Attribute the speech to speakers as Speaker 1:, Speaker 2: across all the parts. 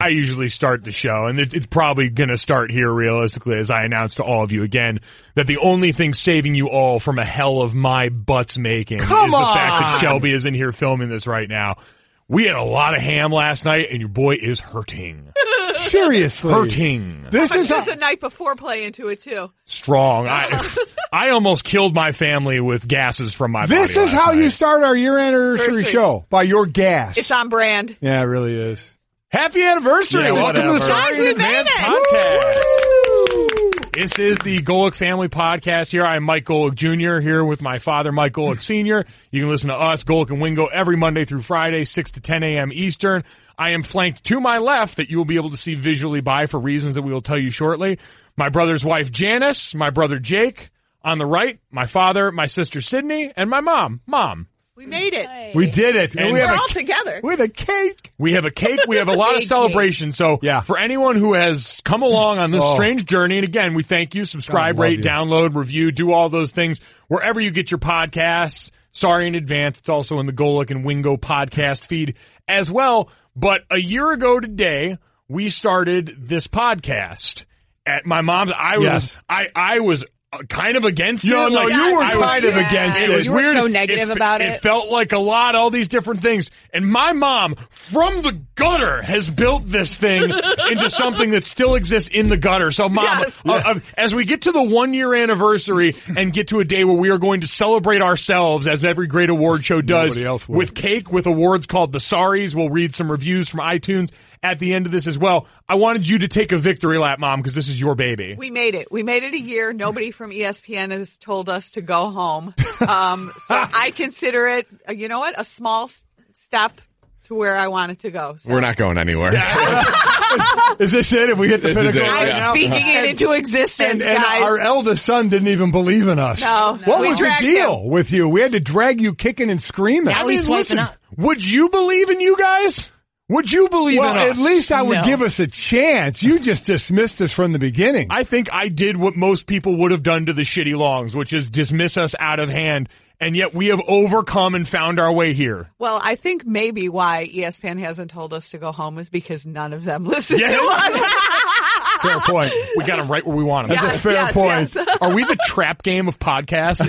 Speaker 1: I usually start the show, and it, it's probably going to start here realistically as I announce to all of you again that the only thing saving you all from a hell of my butts making
Speaker 2: Come
Speaker 1: is the fact that
Speaker 2: on!
Speaker 1: Shelby is in here filming this right now. We had a lot of ham last night, and your boy is hurting.
Speaker 2: Seriously.
Speaker 1: Hurting.
Speaker 2: This is
Speaker 3: There's
Speaker 2: a,
Speaker 3: a night before play into it too.
Speaker 1: Strong. I,
Speaker 2: Ah.
Speaker 1: I almost killed my family with gases from my body
Speaker 2: this
Speaker 1: last
Speaker 2: is how you
Speaker 1: night.
Speaker 2: start our year anniversary
Speaker 3: Anniversary.
Speaker 2: show by your gas.
Speaker 3: It's on brand.
Speaker 2: yeah, it really is.
Speaker 1: Happy anniversary!
Speaker 2: Yeah,
Speaker 1: Welcome to
Speaker 2: whatever.
Speaker 1: the Sorry
Speaker 3: Guys,
Speaker 1: in
Speaker 3: we
Speaker 1: Advance
Speaker 3: made it.
Speaker 1: podcast. This is the Golick Family Podcast. Here I am, Mike Golick Jr. Here with my father, Mike Golick Sr. You can listen to us, Golick and Wingo, every Monday through Friday, six to ten a.m. Eastern. I am flanked to my left that you will be able to see visually by for reasons that we will tell you shortly. My brother's wife Janice, my brother Jake. On the right, my father, my sister Sydney, and my mom. Mom.
Speaker 3: We made it.
Speaker 2: We did it.
Speaker 1: And
Speaker 2: we
Speaker 3: We're
Speaker 2: have
Speaker 3: all
Speaker 2: a,
Speaker 3: together.
Speaker 2: we had a cake.
Speaker 1: We have a cake. We have a lot of
Speaker 4: Big
Speaker 1: celebration. So
Speaker 2: Yeah.
Speaker 1: for anyone who has come along on this
Speaker 2: Oh.
Speaker 1: strange journey, and again, we thank you. Subscribe,
Speaker 2: God, love
Speaker 1: rate,
Speaker 2: you.
Speaker 1: download, review, do all those things wherever you get your podcasts. Sorry in advance. It's also in the Golik and Wingo podcast feed as well. But a year ago today, we started this podcast at my mom's. I was,
Speaker 2: Yes.
Speaker 1: I, I was uh, kind of against
Speaker 2: Yeah,
Speaker 1: it.
Speaker 2: no, you were
Speaker 1: I was-
Speaker 2: kind of against
Speaker 1: it
Speaker 2: it.
Speaker 1: was
Speaker 4: You were
Speaker 1: weird.
Speaker 4: so negative
Speaker 1: fe-
Speaker 4: about
Speaker 1: It
Speaker 4: it.
Speaker 1: felt like a lot, all these different things. And my mom, from the gutter, has built this thing into something that still exists in the gutter. So, mom,
Speaker 3: Yes.
Speaker 1: uh, uh, as we get to the one year anniversary and get to a day where we are going to celebrate ourselves, as every great award show does,
Speaker 2: Nobody else will.
Speaker 1: with cake, with awards called the Sorries, we'll read some reviews from iTunes at the end of this as well. I wanted you to take a victory lap, mom, because this is your baby.
Speaker 3: We made it. We made it a year. Nobody from E ESPN has told us to go home. Um, so I consider it, uh, you know what, a small s- step to where I wanted to go. So
Speaker 5: We're not going anywhere.
Speaker 2: Is this it? If we hit the
Speaker 5: This is
Speaker 2: pinnacle
Speaker 5: it,
Speaker 2: right
Speaker 3: I'm
Speaker 5: yeah.
Speaker 2: now?
Speaker 3: speaking it into existence,
Speaker 2: and, and
Speaker 3: guys.
Speaker 2: our eldest son didn't even believe in us.
Speaker 3: No.
Speaker 2: What
Speaker 3: We
Speaker 2: was your
Speaker 3: dragged
Speaker 2: deal with you? We had to drag you kicking and screaming.
Speaker 4: Now he's swiping up.
Speaker 1: Would you believe in you guys? Would you believe
Speaker 2: well,
Speaker 1: in us?
Speaker 2: at least I would
Speaker 4: No.
Speaker 2: give us a chance. You just dismissed us from the beginning.
Speaker 1: I think I did what most people would have done to the shitty longs, which is dismiss us out of hand. And yet we have overcome and found our way here.
Speaker 3: well, I think maybe why E ESPN hasn't told us to go home is because none of them listen
Speaker 1: Yeah.
Speaker 3: to us.
Speaker 2: fair point.
Speaker 1: We got them right where we want them.
Speaker 2: That's a
Speaker 3: Yes,
Speaker 2: fair
Speaker 3: yes,
Speaker 2: point.
Speaker 1: Are we the trap game of podcasts?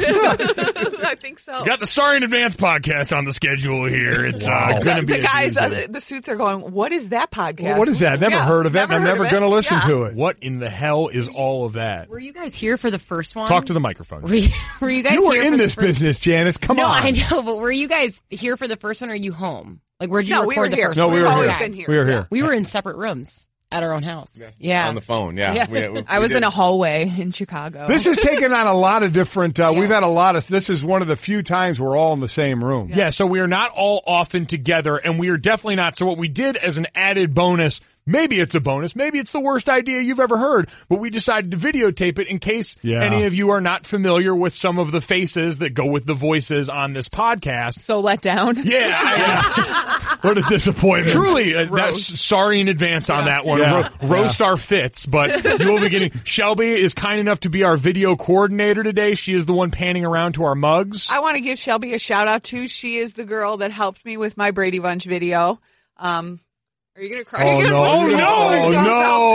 Speaker 3: I think so.
Speaker 1: got the Sorry in Advance podcast on the schedule here. It's uh, going to be
Speaker 3: the
Speaker 1: a
Speaker 3: guys,
Speaker 1: doozy.
Speaker 3: uh, the- the suits are going. What is that podcast?
Speaker 2: Well, what is that? Never
Speaker 3: Yeah,
Speaker 2: heard of it. and I'm
Speaker 3: heard
Speaker 2: never
Speaker 3: of
Speaker 2: going to listen
Speaker 3: Yeah.
Speaker 2: to it.
Speaker 1: What in the hell is all of that?
Speaker 4: Were you guys here for the first one?
Speaker 1: Talk to the microphone.
Speaker 4: Were you, were you guys?
Speaker 2: You were
Speaker 4: here
Speaker 2: in
Speaker 4: for the
Speaker 2: this
Speaker 4: first-
Speaker 2: business, Janice. Come
Speaker 4: No,
Speaker 2: on.
Speaker 4: I know, but were you guys here for the first one? Or are you home? Like, where'd you
Speaker 3: No,
Speaker 4: record
Speaker 3: we were
Speaker 4: the
Speaker 3: here.
Speaker 4: first
Speaker 2: No,
Speaker 4: one?
Speaker 2: we were
Speaker 3: Always
Speaker 2: here.
Speaker 3: been here.
Speaker 2: We were here.
Speaker 4: We were in separate rooms at our own house. Yeah,
Speaker 5: On the phone, yeah.
Speaker 4: Yeah.
Speaker 5: We- we-
Speaker 6: I was
Speaker 5: we
Speaker 6: in a
Speaker 5: did.
Speaker 6: hallway in Chicago.
Speaker 2: This has taken on a lot of different. Uh, We've had a lot of. This is one of the few times we're all in the same room.
Speaker 1: Yeah, so we are not all often together, and we are definitely not. So what we did as an added bonus, maybe it's a bonus, maybe it's the worst idea you've ever heard, but we decided to videotape it in case
Speaker 2: Yeah.
Speaker 1: any of you are not familiar with some of the faces that go with the voices on this podcast.
Speaker 6: so let down.
Speaker 1: Yeah, I-
Speaker 2: What a disappointment.
Speaker 1: truly. Uh, that's, sorry in advance on that one.
Speaker 2: Yeah.
Speaker 1: Ro- roast our fits, but you will be getting. Shelby is kind enough to be our video coordinator today. She is the one panning around to our mugs.
Speaker 3: I want to give Shelby a shout out too. She is the girl that helped me with my Brady Bunch video. Um, are you gonna cry?
Speaker 2: Oh
Speaker 3: again?
Speaker 2: no!
Speaker 1: Oh, no,
Speaker 2: no!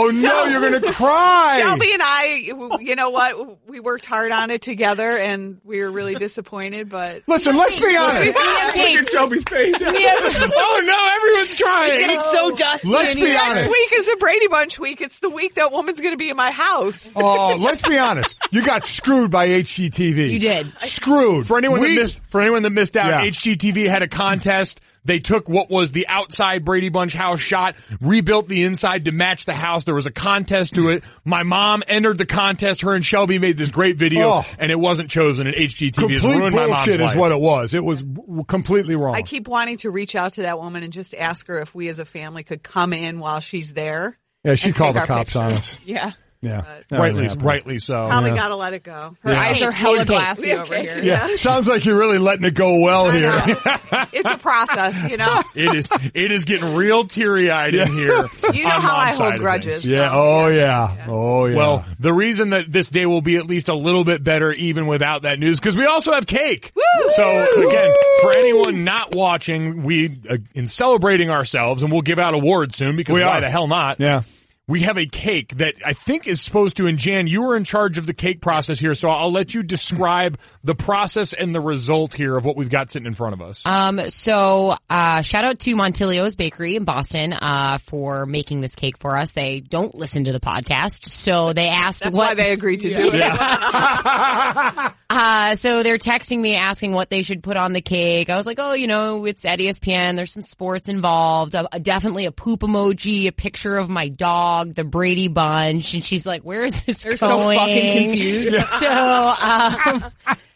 Speaker 2: Oh, No! No! You're gonna cry.
Speaker 3: Shelby and I, you know what? We worked hard on it together, and we were really disappointed. But
Speaker 2: Listen, let's be honest.
Speaker 5: Look at Shelby's face. oh no, everyone's crying.
Speaker 6: It's so dusty.
Speaker 2: Let's
Speaker 6: and
Speaker 2: be
Speaker 6: you guys-
Speaker 2: honest.
Speaker 3: next week is the Brady Bunch week. It's the week that woman's gonna be in my house.
Speaker 2: Oh, let's be honest. You got screwed by HGTV.
Speaker 4: You did.
Speaker 2: Screwed.
Speaker 1: For anyone
Speaker 2: We-
Speaker 1: that missed, for anyone that missed out,
Speaker 2: Yeah.
Speaker 1: HGTV had a contest. They took what was the outside Brady Bunch house shot, rebuilt the inside to match the house. There was a contest to it. My mom entered the contest. Her and Shelby made this great video,
Speaker 2: Oh.
Speaker 1: and it wasn't chosen. And HGTV has
Speaker 2: complete
Speaker 1: ruined my mom's
Speaker 2: bullshit is
Speaker 1: life.
Speaker 2: what it was. It was w- completely wrong.
Speaker 3: I keep wanting to reach out to that woman and just ask her if we as a family could come in while she's there.
Speaker 2: yeah, she
Speaker 3: and
Speaker 2: called the
Speaker 3: take our
Speaker 2: cops on
Speaker 3: picture.
Speaker 2: us.
Speaker 6: Yeah.
Speaker 2: Yeah.
Speaker 3: But-
Speaker 2: That wouldn't
Speaker 1: rightly,
Speaker 2: happen.
Speaker 1: rightly so.
Speaker 3: Probably got to let it go.
Speaker 4: Her eyes are hella
Speaker 3: Hella
Speaker 4: pink.
Speaker 3: glassy over
Speaker 4: Okay.
Speaker 3: here.
Speaker 2: Yeah. Sounds like you're really letting it go well
Speaker 3: I
Speaker 2: here.
Speaker 3: know. it's a process, you know.
Speaker 1: It is. It is getting real teary eyed in here.
Speaker 3: You know
Speaker 1: on
Speaker 3: how
Speaker 1: mom's
Speaker 3: I
Speaker 1: side
Speaker 3: hold
Speaker 1: of
Speaker 3: grudges.
Speaker 1: things.
Speaker 2: Yeah. Oh yeah. Oh yeah.
Speaker 1: Well, the reason that this day will be at least a little bit better even without that news because we also have cake. So again, for anyone not watching, we uh, in celebrating ourselves, and we'll give out awards soon because
Speaker 2: We
Speaker 1: why
Speaker 2: are.
Speaker 1: the hell not?
Speaker 2: yeah.
Speaker 1: We have a cake that I think is supposed to. And Jan, you were in charge of the cake process here, so I'll let you describe the process and the result here of what we've got sitting in front of us.
Speaker 4: Um, so uh, shout out to Montilio's Bakery in Boston uh, for making this cake for us. They don't listen to the podcast, so they asked
Speaker 3: That's
Speaker 4: what
Speaker 3: why they agreed to do it.
Speaker 4: Uh, so they're texting me asking what they should put on the cake. I was like, oh, you know, it's at ESPN. There's some sports involved. A, a- definitely a poop emoji, a picture of my dog, the Brady Bunch. And she's like, where is this
Speaker 3: so
Speaker 4: going?
Speaker 3: fucking
Speaker 4: confused. so, um,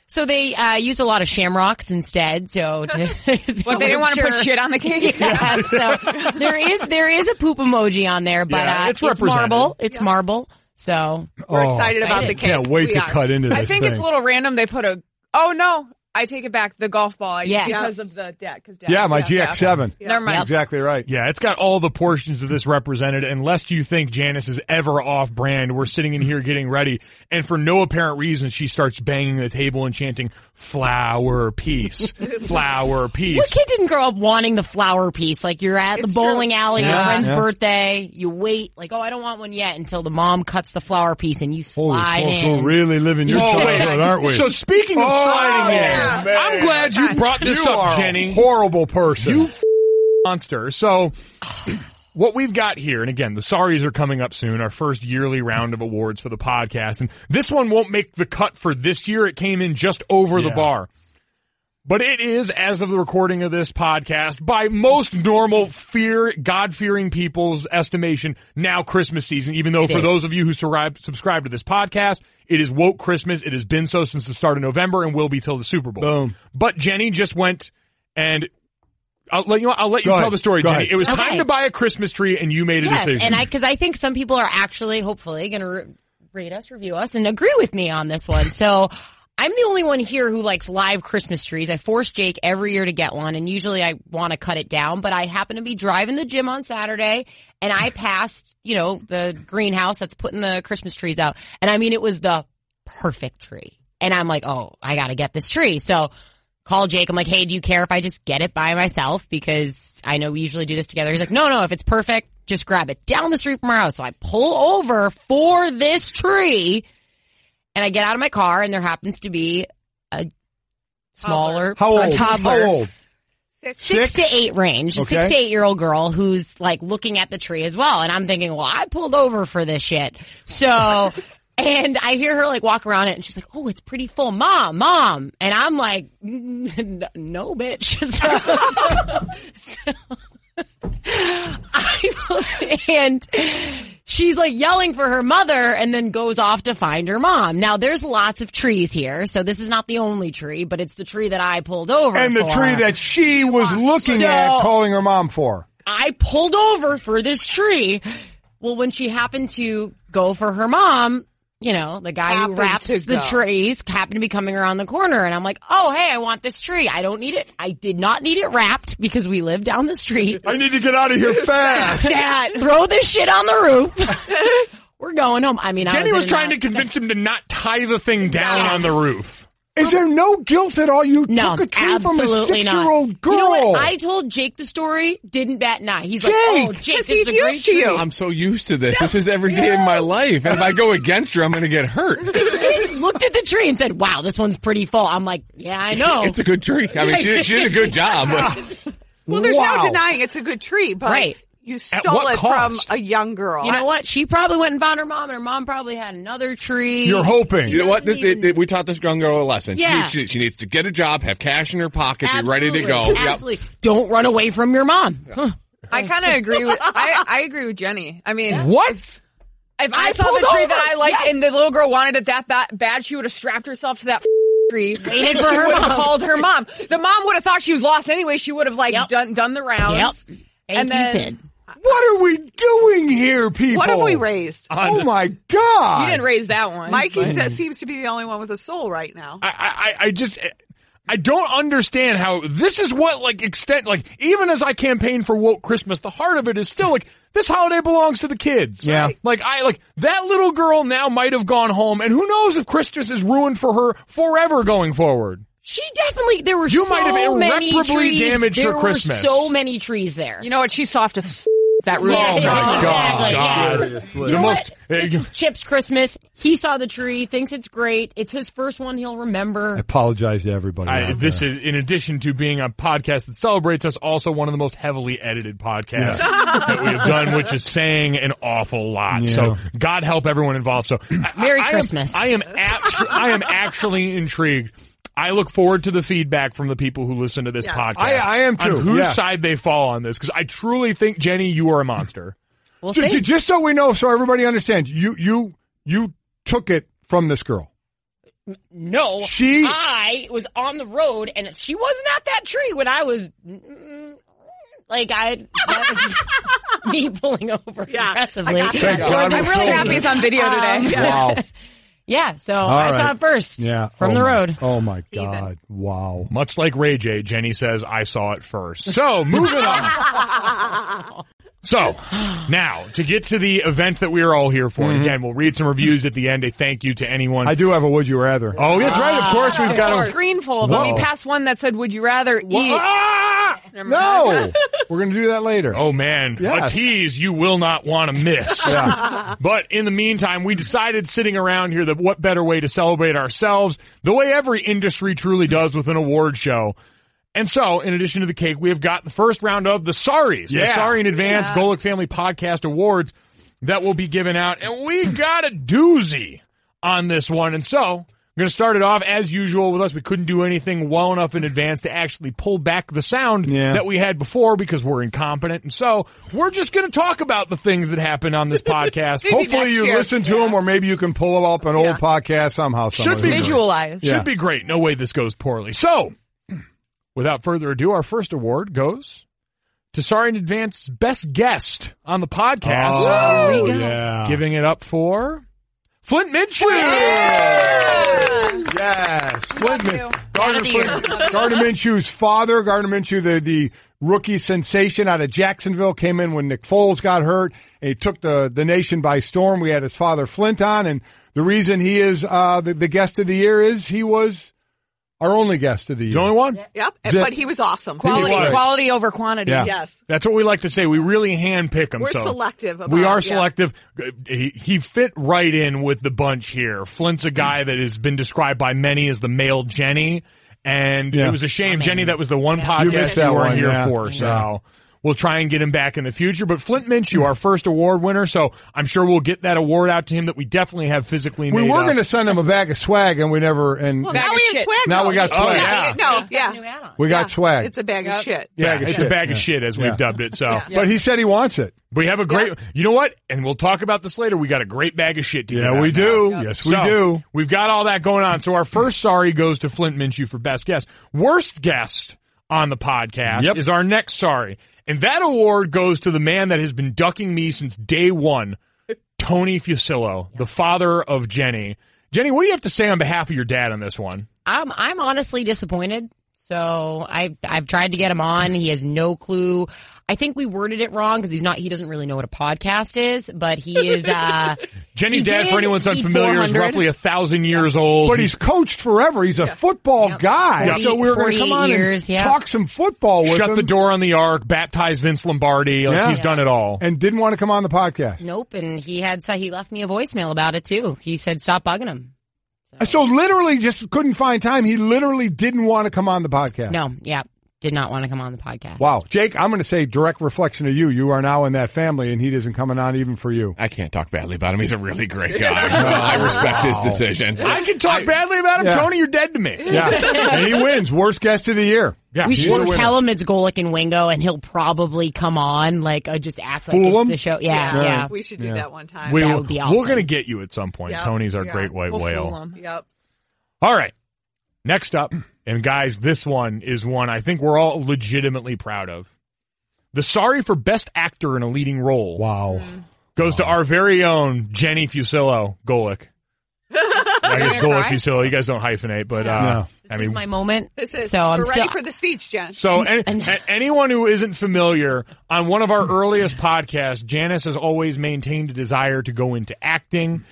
Speaker 4: so they, uh, used a lot of shamrocks instead. So to,
Speaker 6: But they didn't want to put shit on the cake.
Speaker 4: Yeah, so there is, there is a poop emoji on there, but,
Speaker 1: Yeah,
Speaker 4: uh,
Speaker 1: it's
Speaker 4: it's,
Speaker 1: represented.
Speaker 4: marble. It's marble. So
Speaker 3: We're excited
Speaker 4: Oh,
Speaker 3: about
Speaker 4: excited.
Speaker 3: the cake.
Speaker 2: Can't wait
Speaker 3: We
Speaker 2: to
Speaker 3: are.
Speaker 2: cut into this
Speaker 6: I think
Speaker 2: thing.
Speaker 6: it's a little random. They put a. Oh no, I take it back. The golf ball. I,
Speaker 4: Yes.
Speaker 6: Because of the debt. Because
Speaker 2: yeah, my GX7.
Speaker 6: Never mind.
Speaker 2: Exactly right.
Speaker 1: Yeah, it's got all the portions of this represented, unless you think Janice is ever off brand. We're sitting in here getting ready, and for no apparent reason, she starts banging the table and chanting, flower piece, flower
Speaker 4: What
Speaker 1: piece.
Speaker 4: kid didn't grow up wanting the flower piece? Like you're at the bowling alley, your
Speaker 1: Yeah.
Speaker 4: friend's
Speaker 2: Yeah.
Speaker 4: birthday, you wait, like, oh, I don't want one yet until the mom cuts the flower piece and you
Speaker 2: Holy
Speaker 4: slide
Speaker 2: smokes, we're
Speaker 4: in.
Speaker 2: really living your
Speaker 1: Oh, wait.
Speaker 2: childhood, aren't we?
Speaker 1: So speaking of
Speaker 2: Oh,
Speaker 1: sliding in,
Speaker 2: man.
Speaker 1: I'm glad you brought this
Speaker 2: you
Speaker 1: up,
Speaker 2: are
Speaker 1: Jenny.
Speaker 2: a horrible person.
Speaker 1: You monster. So what we've got here, and again, the sorries are coming up soon, our first yearly round of awards for the podcast. And this one won't make the cut for this year. It came in just over the
Speaker 2: Yeah.
Speaker 1: bar. But it is, as of the recording of this podcast, by most normal fear, God fearing people's estimation, now Christmas season, even though for
Speaker 4: is.
Speaker 1: those of you who surri- subscribe to this podcast, it is woke Christmas. It has been so since the start of November and will be till the Super Bowl.
Speaker 2: Boom.
Speaker 1: But Jenny just went and I'll let you. I'll let you
Speaker 2: Go
Speaker 1: tell
Speaker 2: ahead.
Speaker 1: the story,
Speaker 2: Go
Speaker 1: Jenny.
Speaker 2: ahead.
Speaker 1: It was time
Speaker 4: Okay.
Speaker 1: to buy a Christmas tree, and you made a
Speaker 4: yes,
Speaker 1: decision.
Speaker 4: and I, cause I think some people are actually, hopefully, gonna re- rate us, review us, and agree with me on this one. So I'm the only one here who likes live Christmas trees. I force Jake every year to get one, and usually I want to cut it down, but I happen to be driving the gym on Saturday, and I passed, you know, the greenhouse that's putting the Christmas trees out. And I mean, it was the perfect tree. And I'm like, oh, I got to get this tree. So call Jake. I'm like, hey, do you care if I just get it by myself? Because I know we usually do this together. He's like, no, no, if it's perfect, just grab it down the street from our house. So I pull over for this tree and I get out of my car and there happens to be a smaller,
Speaker 2: How
Speaker 4: a
Speaker 2: old?
Speaker 4: toddler
Speaker 2: How old?
Speaker 4: six,
Speaker 2: Six?
Speaker 4: to eight range, a six
Speaker 2: Okay.
Speaker 4: to eight year old girl who's like looking at the tree as well. And I'm thinking, well, I pulled over for this shit. So, and I hear her like walk around it and she's like, oh, it's pretty full. Mom, mom. And I'm like, "N- no, bitch. So- so I, and she's like yelling for her mother and then goes off to find her mom. Now there's lots of trees here. So this is not the only tree, but it's the tree that I pulled over.
Speaker 2: And the
Speaker 4: for.
Speaker 2: tree that she was looking
Speaker 4: So-
Speaker 2: at, calling her mom for.
Speaker 4: I pulled over for this tree. Well, when she happened to go for her mom, you know, the guy
Speaker 3: Happened
Speaker 4: who wraps
Speaker 3: to
Speaker 4: the
Speaker 3: go.
Speaker 4: trees happened to be coming around the corner and I'm like, oh, hey, I want this tree. I don't need it. I did not need it wrapped because we live down the street.
Speaker 2: I need to get out of here fast.
Speaker 4: Dad, throw this shit on the roof. We're going home. I mean, I
Speaker 1: Jenny was
Speaker 4: was, in
Speaker 1: trying
Speaker 4: and
Speaker 1: to
Speaker 4: out.
Speaker 1: convince him to not tie the thing down
Speaker 4: Yeah.
Speaker 1: on the roof.
Speaker 2: Is there no guilt at all? You
Speaker 4: No,
Speaker 2: took a tree from a
Speaker 4: absolutely not.
Speaker 2: six-year-old girl.
Speaker 4: You know what? I told Jake the story. Didn't bat an eye. He's like, oh,
Speaker 2: Jake,
Speaker 4: Jake,
Speaker 3: 'cause
Speaker 4: this
Speaker 3: he's
Speaker 4: is a great
Speaker 3: used to
Speaker 4: tree.
Speaker 3: you.
Speaker 5: I'm so used to this. This is every day in my life. And if I go against her, I'm going to get hurt.
Speaker 4: Looked at the tree and said, wow, this one's pretty full. I'm like, yeah, I know.
Speaker 5: It's a good tree. I mean, she, she did a good job. But
Speaker 3: Well, there's
Speaker 2: Wow.
Speaker 3: no denying it's a good tree, but
Speaker 4: Right.
Speaker 3: you
Speaker 1: At
Speaker 3: stole
Speaker 1: what
Speaker 3: it from
Speaker 1: cost?
Speaker 3: a young girl.
Speaker 4: You know what? She probably went and found her mom, and her mom probably had another tree.
Speaker 2: You're hoping.
Speaker 5: you know what? This, it- it- we taught this young girl a lesson. She
Speaker 4: Yeah.
Speaker 5: needs- She, she, needs to get a job, have cash in her pocket,
Speaker 4: Absolutely.
Speaker 5: be ready to go. Yep.
Speaker 4: Absolutely. Don't run away from your mom. Huh.
Speaker 6: I kind of agree with. I, I agree with Jenny. I mean,
Speaker 1: What?
Speaker 6: if I,
Speaker 4: I
Speaker 6: saw the
Speaker 4: pulled
Speaker 6: tree
Speaker 4: over.
Speaker 6: that I liked
Speaker 4: Yes.
Speaker 6: and the little girl wanted it that ba- bad, she would have strapped herself to that tree.
Speaker 4: Waited for
Speaker 6: She
Speaker 4: her
Speaker 6: would have
Speaker 4: mom.
Speaker 6: called her mom. The mom would have thought she was lost anyway. She would have like
Speaker 4: Yep.
Speaker 6: done done the round.
Speaker 4: Yep.
Speaker 6: Um, And
Speaker 4: Thank you,
Speaker 6: then-
Speaker 4: Sid.
Speaker 2: What are we doing here, people.
Speaker 3: What have we raised?
Speaker 2: Oh my god!
Speaker 6: You didn't raise that one.
Speaker 3: Mikey sa- seems to be the only one with a soul right now.
Speaker 1: I, I, I just, I don't understand how this is what like extent, like even as I campaign for woke Christmas, the heart of it is still like this holiday belongs to the kids.
Speaker 2: Yeah. Right.
Speaker 1: Like I, like that little girl now might have gone home and who knows if Christmas is ruined for her forever going forward.
Speaker 4: She definitely there were
Speaker 1: You
Speaker 4: so
Speaker 1: might have
Speaker 4: many
Speaker 1: irreparably
Speaker 4: trees.
Speaker 1: damaged
Speaker 4: there
Speaker 1: her Christmas.
Speaker 4: Were so many trees there.
Speaker 6: You know what? She's soft as f- that room.
Speaker 4: Yeah,
Speaker 1: Oh my
Speaker 4: yeah,
Speaker 1: God. God.
Speaker 4: exactly, yeah.
Speaker 1: The
Speaker 4: You know
Speaker 1: most- eh,
Speaker 4: what? This is Chip's Christmas. He saw the tree, thinks it's great. It's his first one he'll remember.
Speaker 2: I apologize to everybody.
Speaker 1: I, this is in addition to being a podcast that celebrates us, also one of the most heavily edited podcasts that we have done, which is saying an awful lot.
Speaker 2: Yeah.
Speaker 1: So God help everyone involved. So I-
Speaker 4: Merry
Speaker 1: I am-
Speaker 4: Christmas.
Speaker 1: I am actu- I am actually intrigued. I look forward to the feedback from the people who listen to this
Speaker 3: Yes.
Speaker 1: podcast.
Speaker 2: I- I am too,
Speaker 1: On whose
Speaker 2: yeah.
Speaker 1: side they fall on this, because I truly think Jenny, you are a monster.
Speaker 4: We'll
Speaker 2: Ju- ju-
Speaker 4: see.
Speaker 2: just so we know, so everybody understands. You you you took it from this girl.
Speaker 4: No,
Speaker 2: She-
Speaker 4: Ah. I was on the road, and she was not that tree when I was. mm, Like I, that was me pulling over
Speaker 3: Yeah, I
Speaker 4: aggressively.
Speaker 3: got
Speaker 2: Thank God.
Speaker 6: I'm really happy it's on video
Speaker 3: Um,
Speaker 6: today.
Speaker 2: Wow.
Speaker 4: Yeah, so
Speaker 2: All
Speaker 4: I saw
Speaker 2: right.
Speaker 4: it first.
Speaker 2: Yeah.
Speaker 4: from
Speaker 2: Oh
Speaker 4: the
Speaker 2: my-
Speaker 4: road.
Speaker 2: Oh my god. Wow.
Speaker 1: Much like Ray J, Jenny says, I saw it first. So, moving on. So, now, to get to the event that we are all here for, again, we'll read some reviews at the end. A thank you to anyone.
Speaker 2: Mm-hmm. I do have a would you rather.
Speaker 1: oh, that's right. Of course, we've got
Speaker 6: Got a
Speaker 1: a.
Speaker 6: screen full, but
Speaker 2: Whoa.
Speaker 6: we passed one that said, "Would you rather eat?"
Speaker 1: Ah!
Speaker 6: Never mind.
Speaker 2: No. We're gonna do that later.
Speaker 1: Oh, man.
Speaker 2: Yes.
Speaker 1: A tease you will not want to miss. But in the meantime, we decided sitting around here that what better way to celebrate ourselves the way every industry truly does with an award show. And so, in addition to the cake, we have got the first round of the Sorries. The
Speaker 2: Yeah.
Speaker 1: Sorry in Advance Golic Family Podcast Awards that will be given out. And we got a doozy on this one. And so, I'm going to start it off as usual with us. We couldn't do anything well enough in advance to actually pull back the sound
Speaker 2: Yeah.
Speaker 1: that we had before because we're incompetent. And so, we're just going to talk about the things that happened on this podcast.
Speaker 2: Hopefully you listen to them, or maybe you can pull up an old podcast somehow.
Speaker 1: Should
Speaker 2: somewhere.
Speaker 1: be
Speaker 6: Visualize.
Speaker 2: Yeah.
Speaker 1: Should be great. No way this goes poorly. So, without further ado, our first award goes to Sorry in Advance's best guest on the podcast,
Speaker 2: Oh, yeah.
Speaker 1: giving it up for Flint Minshew.
Speaker 2: Yes, Flint Min-
Speaker 4: Down
Speaker 2: Gardner,
Speaker 4: of the year.
Speaker 2: Flint- Gardner Minshew's father, Gardner Minshew, the, the rookie sensation out of Jacksonville, came in when Nick Foles got hurt. And he took the, the nation by storm. We had his father Flint on, and the reason he is uh, the, the guest of the year is he was our only guest of the year.
Speaker 1: The only one.
Speaker 3: Yep,
Speaker 2: Zip.
Speaker 3: but he was awesome.
Speaker 1: He
Speaker 6: Quality,
Speaker 1: was.
Speaker 6: quality over quantity.
Speaker 2: Yeah.
Speaker 3: Yes.
Speaker 1: That's what we like to say. We really handpick them.
Speaker 3: We're selective about-
Speaker 1: we are
Speaker 3: yeah.
Speaker 1: selective. He, he fit right in with the bunch here. Flint's a guy that has been described by many as the male Jenny, and
Speaker 2: Yeah.
Speaker 1: it was a shame, Jenny. That was the one podcast
Speaker 2: You missed that
Speaker 1: you weren't
Speaker 2: one,
Speaker 1: here
Speaker 2: yeah. Hmm.
Speaker 1: for. So. We'll try and get him back in the future, but Flint Minshew, our first award winner, so I'm sure we'll get that award out to him that we definitely have physically
Speaker 2: we
Speaker 1: made
Speaker 2: were
Speaker 1: up.
Speaker 2: going to send him a bag of swag, and we never. And
Speaker 3: Well,
Speaker 6: Bag
Speaker 3: now
Speaker 6: of
Speaker 3: we have
Speaker 6: shit.
Speaker 3: swag.
Speaker 2: Now we
Speaker 3: rolls.
Speaker 2: got swag.
Speaker 3: Yeah, No,
Speaker 4: Got a new
Speaker 3: yeah.
Speaker 4: add-on.
Speaker 2: we got swag,
Speaker 3: It's a bag of shit.
Speaker 1: yeah,
Speaker 2: bag of
Speaker 1: it's a
Speaker 2: shit.
Speaker 1: bag of
Speaker 2: Yeah.
Speaker 1: shit as
Speaker 2: Yeah.
Speaker 1: we've dubbed it. So,
Speaker 2: but he said he wants it.
Speaker 1: we have a great. You know what? And we'll talk about this later. We got a great bag of shit. To give
Speaker 2: Yeah,
Speaker 1: out
Speaker 2: we
Speaker 1: now.
Speaker 2: do. Yes, we
Speaker 1: So,
Speaker 2: do.
Speaker 1: We've got all that going on. So our first sorry goes to Flint Minshew for best guest. Worst guest on the podcast
Speaker 2: Yep.
Speaker 1: is our next sorry. And that award goes to the man that has been ducking me since day one, Tony Fusillo, the father of Jenny. Jenny, what do you have to say on behalf of your dad on this one?
Speaker 4: I'm I'm honestly disappointed. So I I've tried to get him on. He has no clue. I think we worded it wrong because he's not. He doesn't really know what a podcast is, but he is. Uh,
Speaker 1: Jenny's
Speaker 4: he
Speaker 1: dad,
Speaker 4: did
Speaker 1: for anyone's
Speaker 4: eat
Speaker 1: unfamiliar, is
Speaker 4: 400.
Speaker 1: roughly a thousand years old.
Speaker 2: But he's coached forever. He's a football
Speaker 4: Yep.
Speaker 2: guy.
Speaker 4: Yep.
Speaker 2: So we were going to
Speaker 4: 48
Speaker 2: come on
Speaker 4: years,
Speaker 2: and
Speaker 4: yeah.
Speaker 2: talk some football with
Speaker 1: shut
Speaker 2: him.
Speaker 1: the door on the arc, baptized Vince Lombardi. Like
Speaker 2: Yeah.
Speaker 1: he's done it all.
Speaker 2: and didn't want to come on the podcast.
Speaker 4: nope, and he had so he left me a voicemail about it too. He said stop bugging him.
Speaker 2: So literally just couldn't find time. He literally didn't want to come on the podcast.
Speaker 4: No, yeah, did not want to come on the podcast.
Speaker 2: Wow. Jake, I'm going to say direct reflection of you. You are now in that family and he isn't coming on even for you.
Speaker 5: I can't talk badly about him. He's a really great guy. I respect his decision.
Speaker 1: I can talk badly about him,
Speaker 2: Yeah.
Speaker 1: Tony. You're dead to me.
Speaker 2: Yeah. and he wins. Worst guest of the year.
Speaker 1: Yeah,
Speaker 4: We
Speaker 1: he's
Speaker 4: should
Speaker 1: the
Speaker 4: just
Speaker 1: winner.
Speaker 4: tell him it's Golic and Wingo, and he'll probably come on. Like, uh, just act like
Speaker 2: Fool
Speaker 4: it's
Speaker 2: him?
Speaker 4: the show. Yeah, yeah.
Speaker 3: We should do that one time.
Speaker 1: We,
Speaker 4: Uh, That
Speaker 1: will-
Speaker 4: would be
Speaker 1: We're
Speaker 4: awesome.
Speaker 1: going to get you at some point.
Speaker 3: Yeah,
Speaker 1: Tony's our
Speaker 3: yeah.
Speaker 1: great white
Speaker 6: We'll
Speaker 1: whale.
Speaker 6: fool 'em.
Speaker 3: Yep.
Speaker 1: All right. Next up, and guys, this one is one I think we're all legitimately proud of. The sorry for best actor in a leading role
Speaker 4: Mm-hmm.
Speaker 2: Wow.
Speaker 1: Goes to our very own Jenny Fusillo Golick. I guess Golick
Speaker 3: Right.
Speaker 1: Fusillo. You guys don't hyphenate, but uh,
Speaker 2: No.
Speaker 1: I
Speaker 4: This
Speaker 1: mean,
Speaker 4: is my moment.
Speaker 3: This is,
Speaker 4: so I'm
Speaker 3: we're
Speaker 4: still.
Speaker 3: ready for the speech, Jen.
Speaker 1: So, any, a- anyone who isn't familiar, on one of our earliest podcasts, Janice has always maintained a desire to go into acting.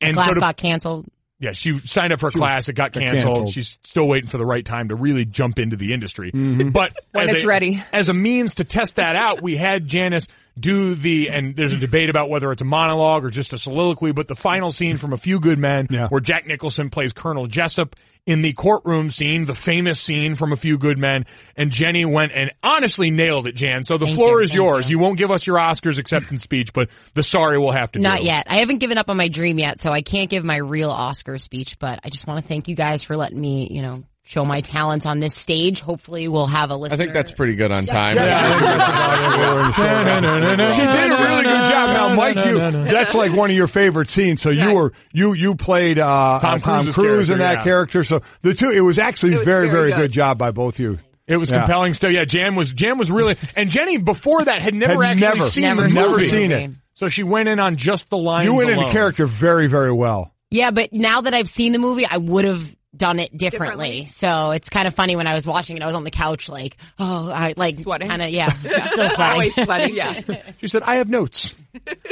Speaker 1: And
Speaker 4: Glass
Speaker 1: sort of-
Speaker 4: got canceled.
Speaker 1: yeah, she signed up for a class. It got canceled.
Speaker 2: canceled.
Speaker 1: She's still waiting for the right time to really jump into the industry. But
Speaker 6: When
Speaker 1: as
Speaker 6: it's
Speaker 1: a,
Speaker 6: ready.
Speaker 1: as a means to test that out, we had Janice do the and there's a debate about whether it's a monologue or just a soliloquy. But the final scene from A Few Good Men,
Speaker 2: Yeah.
Speaker 1: where Jack Nicholson plays Colonel Jessup in the courtroom scene, the famous scene from A Few Good Men, and Jenny went and honestly nailed it, Jan. So the
Speaker 4: Thank
Speaker 1: floor
Speaker 4: you,
Speaker 1: is
Speaker 4: thank
Speaker 1: yours. You. won't give us your Oscars acceptance speech, but the sorry we'll have to
Speaker 4: Not
Speaker 1: do.
Speaker 4: yet. I haven't given up on my dream yet, so I can't give my real Oscar speech, but I just want to thank you guys for letting me, you know, show my talents on this stage. Hopefully we'll have a listener.
Speaker 5: I think that's pretty good on time.
Speaker 2: She did a really good job. Now, Mike, you that's like one of your favorite scenes. So you were you you played uh,
Speaker 1: Tom
Speaker 2: uh, Tom
Speaker 1: Cruise's
Speaker 2: Cruise
Speaker 1: character,
Speaker 2: in that
Speaker 1: yeah.
Speaker 2: character. So the two, it was actually
Speaker 3: was
Speaker 2: very very
Speaker 3: very
Speaker 2: good.
Speaker 3: good.
Speaker 2: job by both you.
Speaker 1: It was
Speaker 2: Yeah.
Speaker 1: compelling stuff. Yeah, Jan was Jan was really and Jenny before that had never
Speaker 2: Had
Speaker 1: actually
Speaker 2: never-
Speaker 1: seen
Speaker 4: never,
Speaker 1: the
Speaker 2: never
Speaker 1: movie.
Speaker 2: seen it.
Speaker 1: So she went in on just the line.
Speaker 2: You went into character very very well.
Speaker 4: Yeah, but now that I've seen the movie, I would have done it differently.
Speaker 3: Differently.
Speaker 4: So it's kind of funny when I was watching it, I was on the couch like, oh, I like
Speaker 6: Sweating.
Speaker 4: Kind of, yeah, still sweating.
Speaker 3: Always sweaty.
Speaker 6: Yeah.
Speaker 1: She said, "I have notes.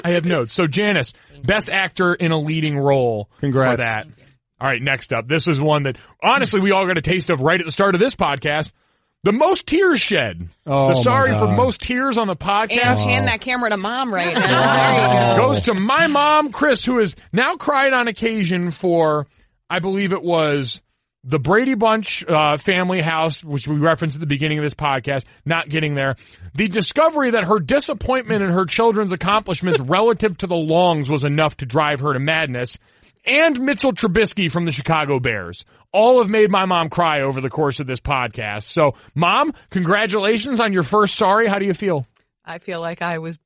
Speaker 1: I have notes." So Janice, best actor in a leading role.
Speaker 2: Congrats.
Speaker 1: for that. All right, next up, this is one that honestly we all got a taste of right at the start of this podcast. The most tears shed.
Speaker 2: Oh,
Speaker 1: the
Speaker 2: my
Speaker 1: sorry for
Speaker 2: God.
Speaker 1: most tears on the podcast.
Speaker 6: And I'm handing that camera to mom right now. There you go.
Speaker 1: goes to my mom, Chris, who has now cried on occasion for, I believe it was the Brady Bunch uh, family house, which we referenced at the beginning of this podcast, not getting there. The discovery that her disappointment in her children's accomplishments relative to the Longs was enough to drive her to madness. And Mitchell Trubisky from the Chicago Bears. All have made my mom cry over the course of this podcast. So, mom, congratulations on your first sorry. How do you feel?
Speaker 3: I feel like I was.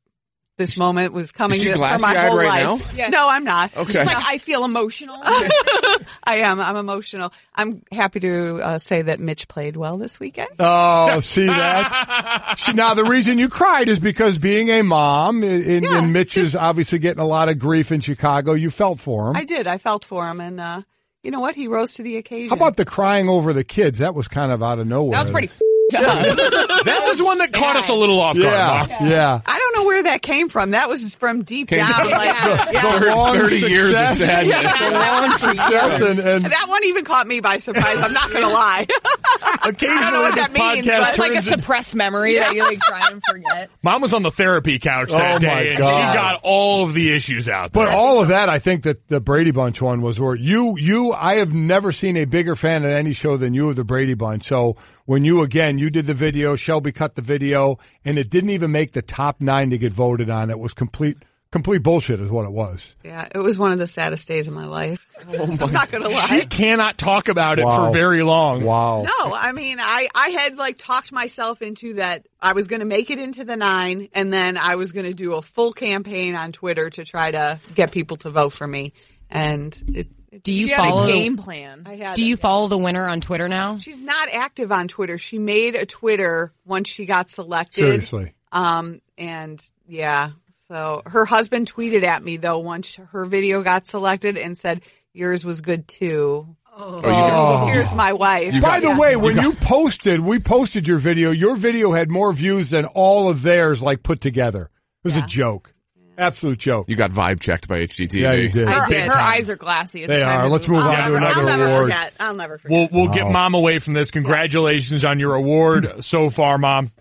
Speaker 3: This moment was coming
Speaker 5: Is she
Speaker 3: to, for my
Speaker 5: glassy-eyed
Speaker 3: whole
Speaker 5: right
Speaker 3: life.
Speaker 5: now?
Speaker 6: Yes.
Speaker 3: No, I'm not.
Speaker 5: Okay.
Speaker 6: Like I feel emotional.
Speaker 3: I am. I'm emotional. I'm happy to uh, say that Mitch played well this weekend.
Speaker 2: Oh, see that? She- now the reason you cried is because being a mom, and, and-
Speaker 3: Yeah,
Speaker 2: and Mitch is obviously getting a lot of grief in Chicago. You felt for him.
Speaker 3: I did. I felt for him, and uh, you know what? He rose to the occasion.
Speaker 2: How about the crying over the kids? That was kind of out of nowhere.
Speaker 6: That was pretty f***ed up.
Speaker 1: That was one that caught us a little off guard. Mom.
Speaker 2: Yeah, yeah.
Speaker 3: I don't know where that came from. That was from deep
Speaker 5: Came
Speaker 3: down.
Speaker 5: down.
Speaker 3: Like, yeah.
Speaker 5: Third-
Speaker 2: Long
Speaker 5: 30 years of
Speaker 2: success.
Speaker 5: sadness.
Speaker 2: Success and, and
Speaker 3: That one even caught me by surprise. I'm not going to lie.
Speaker 1: Occasionally,
Speaker 3: I don't know what
Speaker 1: this
Speaker 3: that means,
Speaker 1: podcast
Speaker 3: but-
Speaker 1: turns
Speaker 6: It's like a
Speaker 1: into-
Speaker 6: suppressed memory that you like try and forget.
Speaker 1: Mom was on the therapy couch that
Speaker 2: Oh,
Speaker 1: day,
Speaker 2: my
Speaker 1: and
Speaker 2: God.
Speaker 1: she got all of the issues out.
Speaker 2: But
Speaker 1: there.
Speaker 2: all of that, I think that the Brady Bunch one was where you, you, I have never seen a bigger fan of any show than you of the Brady Bunch. So when you again, you did the video, Shelby cut the video, and it didn't even make the top nine to get voted on. It was complete, complete bullshit is what it was.
Speaker 3: yeah, it was one of the saddest days of my life. I'm not going to
Speaker 1: she
Speaker 3: lie.
Speaker 1: cannot talk about it
Speaker 2: Wow.
Speaker 1: for very long.
Speaker 2: Wow.
Speaker 3: No, I mean, I, I had like talked myself into that I was going to make it into the nine and then I was going to do a full campaign on Twitter to try to get people to vote for me. And it, it-
Speaker 4: Do
Speaker 6: She
Speaker 4: you
Speaker 6: had a
Speaker 4: follow?
Speaker 6: game
Speaker 4: Do
Speaker 3: I
Speaker 6: plan.
Speaker 3: had
Speaker 4: you follow the winner on Twitter now?
Speaker 3: She's not active on Twitter. She made a Twitter once she got selected.
Speaker 2: Seriously.
Speaker 3: Um, and yeah, so her husband tweeted at me though once her video got selected and said yours was good too.
Speaker 2: Oh,
Speaker 3: Oh, Here's my wife.
Speaker 2: By the way, when you posted, we posted your video, your video had more views than all of theirs like put together. It was a joke. Absolute joke.
Speaker 5: You got vibe checked by HGTV.
Speaker 2: Yeah, you did.
Speaker 6: Her,
Speaker 3: did.
Speaker 6: her eyes are glassy. It's
Speaker 2: They
Speaker 6: time
Speaker 2: are.
Speaker 6: to
Speaker 2: Let's move on
Speaker 3: I'll
Speaker 2: to
Speaker 3: never, I'll
Speaker 2: another
Speaker 3: never
Speaker 2: award.
Speaker 3: forget. I'll never forget.
Speaker 1: We'll we'll get mom away from this. Congratulations on your award so far, mom.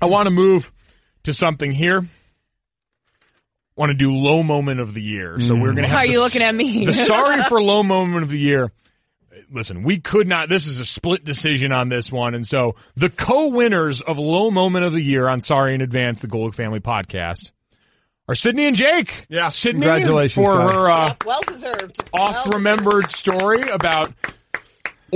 Speaker 1: I want to move to something here. Want to do low moment of the year. So we're
Speaker 2: Mm.
Speaker 1: gonna. Have
Speaker 6: How are
Speaker 1: to
Speaker 6: you looking at me?
Speaker 1: the sorry for low moment of the year. Listen, we could not. This is a split decision on this one, and so the co-winners of low moment of the year on Sorry in Advance, the Golick Family Podcast, are Sydney and Jake.
Speaker 2: Yeah,
Speaker 1: Sydney,
Speaker 2: congratulations,
Speaker 1: for
Speaker 2: guys.
Speaker 1: her uh,
Speaker 3: well deserved.
Speaker 1: oft-remembered story about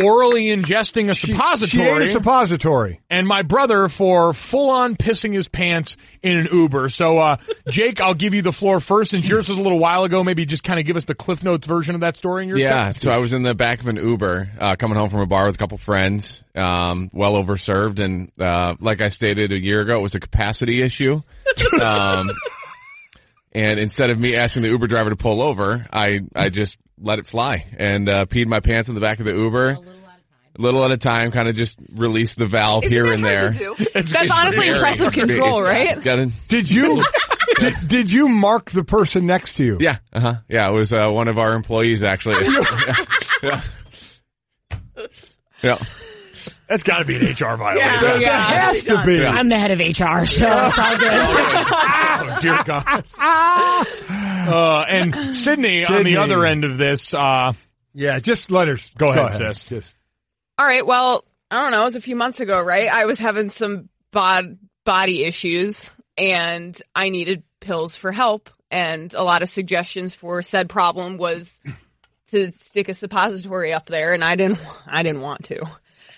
Speaker 1: orally ingesting a
Speaker 2: She ate
Speaker 1: suppository,
Speaker 2: a suppository.
Speaker 1: and my brother for full-on pissing his pants in an Uber. So, uh, Jake, I'll give you the floor first, since yours was a little while ago. Maybe just kind of give us the Cliff Notes version of that story. In your
Speaker 5: Yeah,
Speaker 1: acceptance
Speaker 5: so I was in the back of an Uber uh, coming home from a bar with a couple friends, um, well overserved, and uh, like I stated a year ago, it was a capacity issue. Um, And instead of me asking the Uber driver to pull over, I, I just let it fly and uh, peed my pants in the back of the Uber. A little at a time. kind of just release the valve
Speaker 3: Isn't
Speaker 5: here
Speaker 3: that
Speaker 5: and
Speaker 3: hard
Speaker 5: there.
Speaker 3: to do?
Speaker 6: That's honestly
Speaker 5: Very
Speaker 6: impressive
Speaker 5: hard.
Speaker 6: control,
Speaker 5: It's-
Speaker 6: right?
Speaker 5: Got it.
Speaker 2: Did you did, did you mark the person next to you?
Speaker 5: Yeah, uh huh. Yeah, it was uh, one of our employees actually. yeah. yeah. Yeah.
Speaker 1: That's got to be an HR violation.
Speaker 2: That has to be.
Speaker 4: I'm the head of HR, so it's all good.
Speaker 1: Oh, dear God. Uh, and Sydney, on
Speaker 2: Sydney.
Speaker 1: the other end of this, uh,
Speaker 2: Yeah, just let her
Speaker 1: Go ahead, sis.
Speaker 2: Just-
Speaker 6: All right. Well, I don't know. It was a few months ago, right? I was having some bod- body issues and I needed pills for help. And a lot of suggestions for said problem was to stick a suppository up there. And I didn't, I didn't want to.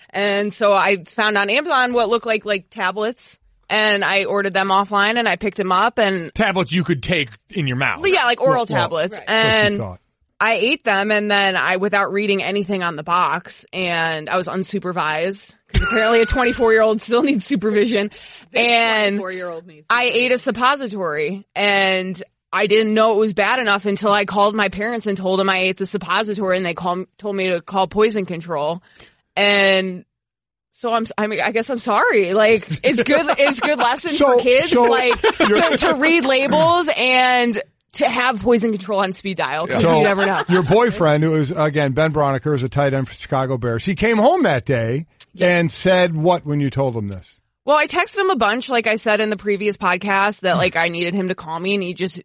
Speaker 6: And so I found on Amazon what looked like, like tablets and I ordered them offline and I picked them up and
Speaker 1: tablets you could take in your mouth.
Speaker 6: yeah, like oral
Speaker 2: well,
Speaker 6: tablets.
Speaker 2: That's what she
Speaker 6: And
Speaker 2: thought.
Speaker 6: I ate them and then I, without reading anything on the box, and I was unsupervised. 'cause Apparently, a 24 year old still needs supervision. and
Speaker 3: four year old needs.
Speaker 6: I ate a suppository and I didn't know it was bad enough until I called my parents and told them I ate the suppository and they call, told me to call poison control. And so I'm, I mean, I guess I'm sorry. Like it's good, it's good lesson
Speaker 2: So-
Speaker 6: for kids,
Speaker 2: so
Speaker 6: like to, to read labels and to have poison control on speed dial because
Speaker 2: So-
Speaker 6: you never know.
Speaker 2: Your boyfriend, who is again Ben Broniker, is a tight end for Chicago Bears. He came home that day and said, "What?" When you told him this,
Speaker 6: Well, I texted him a bunch, like I said in the previous podcast, that like I needed him to call me, and he just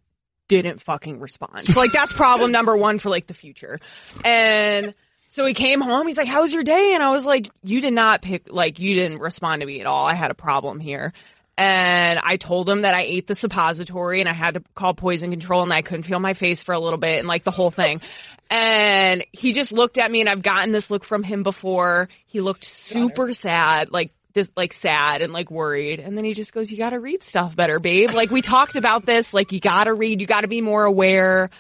Speaker 6: didn't fucking respond. So, like that's problem number one for like the future. And so he came home. He's like, "How was your day?" And I was like, "You did not pick. Like you didn't respond to me at all. I had a problem here." And I told him that I ate the suppository and I had to call poison control and I couldn't feel my face for a little bit and like the whole thing. And he just looked at me and I've gotten this look from him before. He looked super sad, like this, like sad and like worried. And then he just goes, you gotta read stuff better, babe. Like we talked about this, like you gotta read, you gotta be more aware.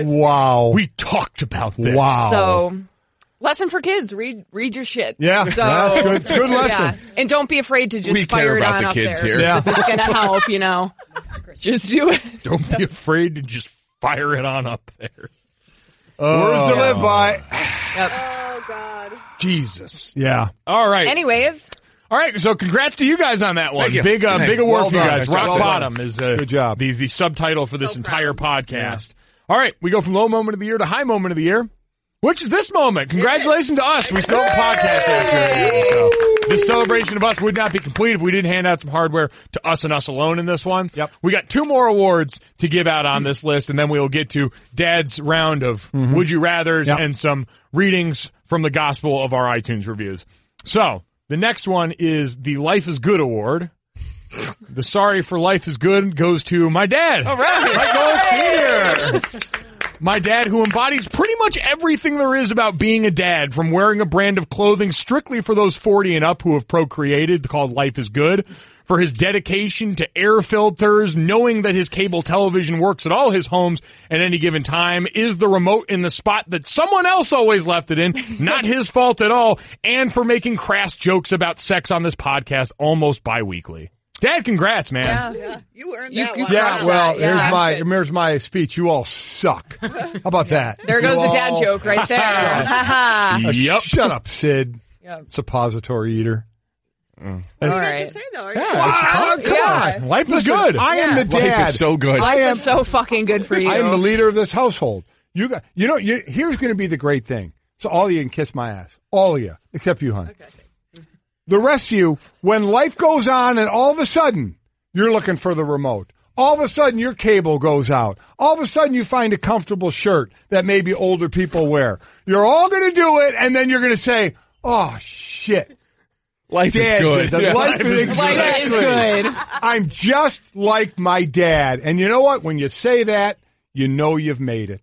Speaker 2: wow,
Speaker 1: We talked about this.
Speaker 2: wow,
Speaker 6: So lesson for kids, read, read your shit.
Speaker 2: yeah,
Speaker 6: So,
Speaker 2: that's good, good lesson.
Speaker 6: Yeah. And don't be afraid to just
Speaker 5: We
Speaker 6: fire
Speaker 5: care
Speaker 6: it
Speaker 5: about
Speaker 6: on
Speaker 5: the
Speaker 6: up
Speaker 5: kids
Speaker 6: there.
Speaker 5: here.
Speaker 2: Yeah.
Speaker 6: It's gonna help, you know. Just do it.
Speaker 1: Don't be afraid to just fire it on up there.
Speaker 2: Words to live by.
Speaker 1: Jesus.
Speaker 2: Yeah,
Speaker 1: All right.
Speaker 6: Anyways.
Speaker 1: All right. So congrats to you guys on that one.
Speaker 5: Thank you.
Speaker 1: Big, uh,
Speaker 5: Nice.
Speaker 1: big award
Speaker 5: Well
Speaker 1: for you
Speaker 5: done.
Speaker 1: guys.
Speaker 5: Well
Speaker 1: Rock
Speaker 5: done.
Speaker 1: bottom is uh,
Speaker 2: Good job.
Speaker 1: The, the subtitle for this entire podcast. All right. We go from low moment of the year to high moment of the year, which is this moment. Congratulations to us. We still have a podcast after it. So this celebration of us would not be complete if we didn't hand out some hardware to us and us alone in this one.
Speaker 2: Yep.
Speaker 1: We got two more awards to give out on this list, and then we'll get to Dad's round of Would You Rathers
Speaker 2: Yep.
Speaker 1: and some readings from the gospel of our iTunes reviews. So the next one is the Life is Good Award. The Sorry for Life is Good goes to my dad. All right. Mike Gold Sr. My dad, who embodies pretty much everything there is about being a dad, from wearing a brand of clothing strictly for those 40 and up who have procreated called Life is Good, for his dedication to air filters, knowing that his cable television works at all his homes at any given time, is the remote in the spot that someone else always left it in, not his fault at all, and for making crass jokes about sex on this podcast almost bi-weekly. Dad, congrats, man.
Speaker 3: yeah, you earned
Speaker 6: You-
Speaker 3: that
Speaker 6: you
Speaker 3: one.
Speaker 2: yeah.
Speaker 6: Wow.
Speaker 2: Well,
Speaker 6: Yeah.
Speaker 2: here's my here's my speech. You all suck. How about that?
Speaker 6: There
Speaker 2: You
Speaker 6: goes the dad
Speaker 2: all-
Speaker 6: joke right there. Ha
Speaker 2: Ah,
Speaker 6: ha.
Speaker 1: Yep.
Speaker 2: Shut up, Sid.
Speaker 6: Yep.
Speaker 2: Suppository eater.
Speaker 6: All
Speaker 3: Right.
Speaker 6: right.
Speaker 3: Say though,
Speaker 2: Ah, come
Speaker 6: Oh, Yeah.
Speaker 2: on.
Speaker 1: Life is
Speaker 2: Listen,
Speaker 1: good.
Speaker 2: I am the
Speaker 5: Life
Speaker 2: dad.
Speaker 5: is so good.
Speaker 6: Life is so fucking good for you.
Speaker 2: I am the leader of this household. You got, you know, you, here's going to be the great thing. So all of you can kiss my ass. All of you, except you, hon. The rest of you, when life goes on and all of a sudden you're looking for the remote, all of a sudden your cable goes out, all of a sudden you find a comfortable shirt that maybe older people wear. You're all going to do it and then you're going to say, oh shit.
Speaker 5: Life
Speaker 2: Dad,
Speaker 5: is good.
Speaker 2: the
Speaker 5: Yeah.
Speaker 2: life, is,
Speaker 6: Life is
Speaker 2: exactly-
Speaker 6: good.
Speaker 2: I'm just like my dad. And you know what? When you say that, you know you've made it.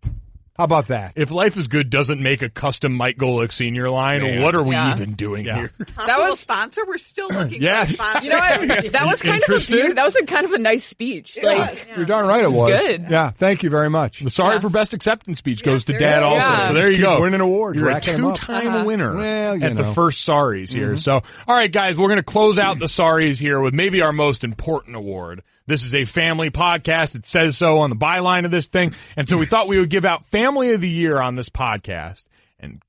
Speaker 2: How about that?
Speaker 1: If Life is Good doesn't make a custom Mike Golick senior line,
Speaker 5: Man.
Speaker 1: what are we
Speaker 6: Yeah.
Speaker 1: even doing here?
Speaker 3: Possible that was sponsor. We're still looking.
Speaker 2: Yes.
Speaker 3: for a sponsor.
Speaker 6: You know what? That was kind
Speaker 2: Interesting.
Speaker 6: of a beaut- that was a kind of a nice speech. Like
Speaker 2: You're darn right it was.
Speaker 6: good.
Speaker 2: Yeah, thank you very much.
Speaker 1: Sorry for best acceptance speech goes to dad
Speaker 6: you go.
Speaker 1: also.
Speaker 6: Yeah. Uh-huh.
Speaker 1: So there
Speaker 2: Just
Speaker 1: you
Speaker 2: keep
Speaker 1: go.
Speaker 2: winning awards,
Speaker 1: You're a
Speaker 2: racking 'em up.
Speaker 1: two-time winner
Speaker 2: Well, you
Speaker 1: at the
Speaker 2: know. Mm-hmm.
Speaker 1: first Sorries here. So, all right, guys, we're going to close out the Sorries here with maybe our most important award. This is a family podcast. It says so on the byline of this thing. And so we thought we would give out Family of the Year on this podcast. And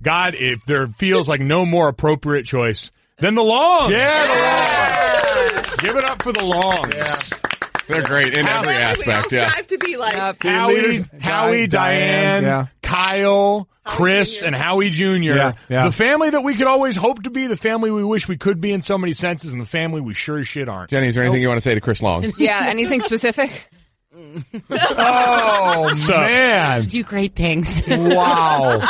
Speaker 1: God, if there feels like no more appropriate choice than the Longs.
Speaker 2: Yeah, the
Speaker 1: Give it up for the Longs.
Speaker 5: They're great in every
Speaker 3: we all
Speaker 5: aspect. Yeah.
Speaker 3: strive to be like.
Speaker 2: Team
Speaker 1: Howie,
Speaker 2: leaders,
Speaker 1: Howie,
Speaker 2: Di-
Speaker 1: Diane,
Speaker 2: yeah.
Speaker 1: Kyle, Chris,
Speaker 3: Jr..
Speaker 1: and Howie Jr.
Speaker 2: Yeah, yeah.
Speaker 1: The family that we could always hope to be, the family we wish we could be in so many senses, and the family we sure as shit aren't.
Speaker 5: Jenny, is there anything you want to say to Chris Long?
Speaker 6: yeah, anything specific?
Speaker 2: Oh
Speaker 1: So-
Speaker 2: man!
Speaker 4: Do great things.
Speaker 2: Wow!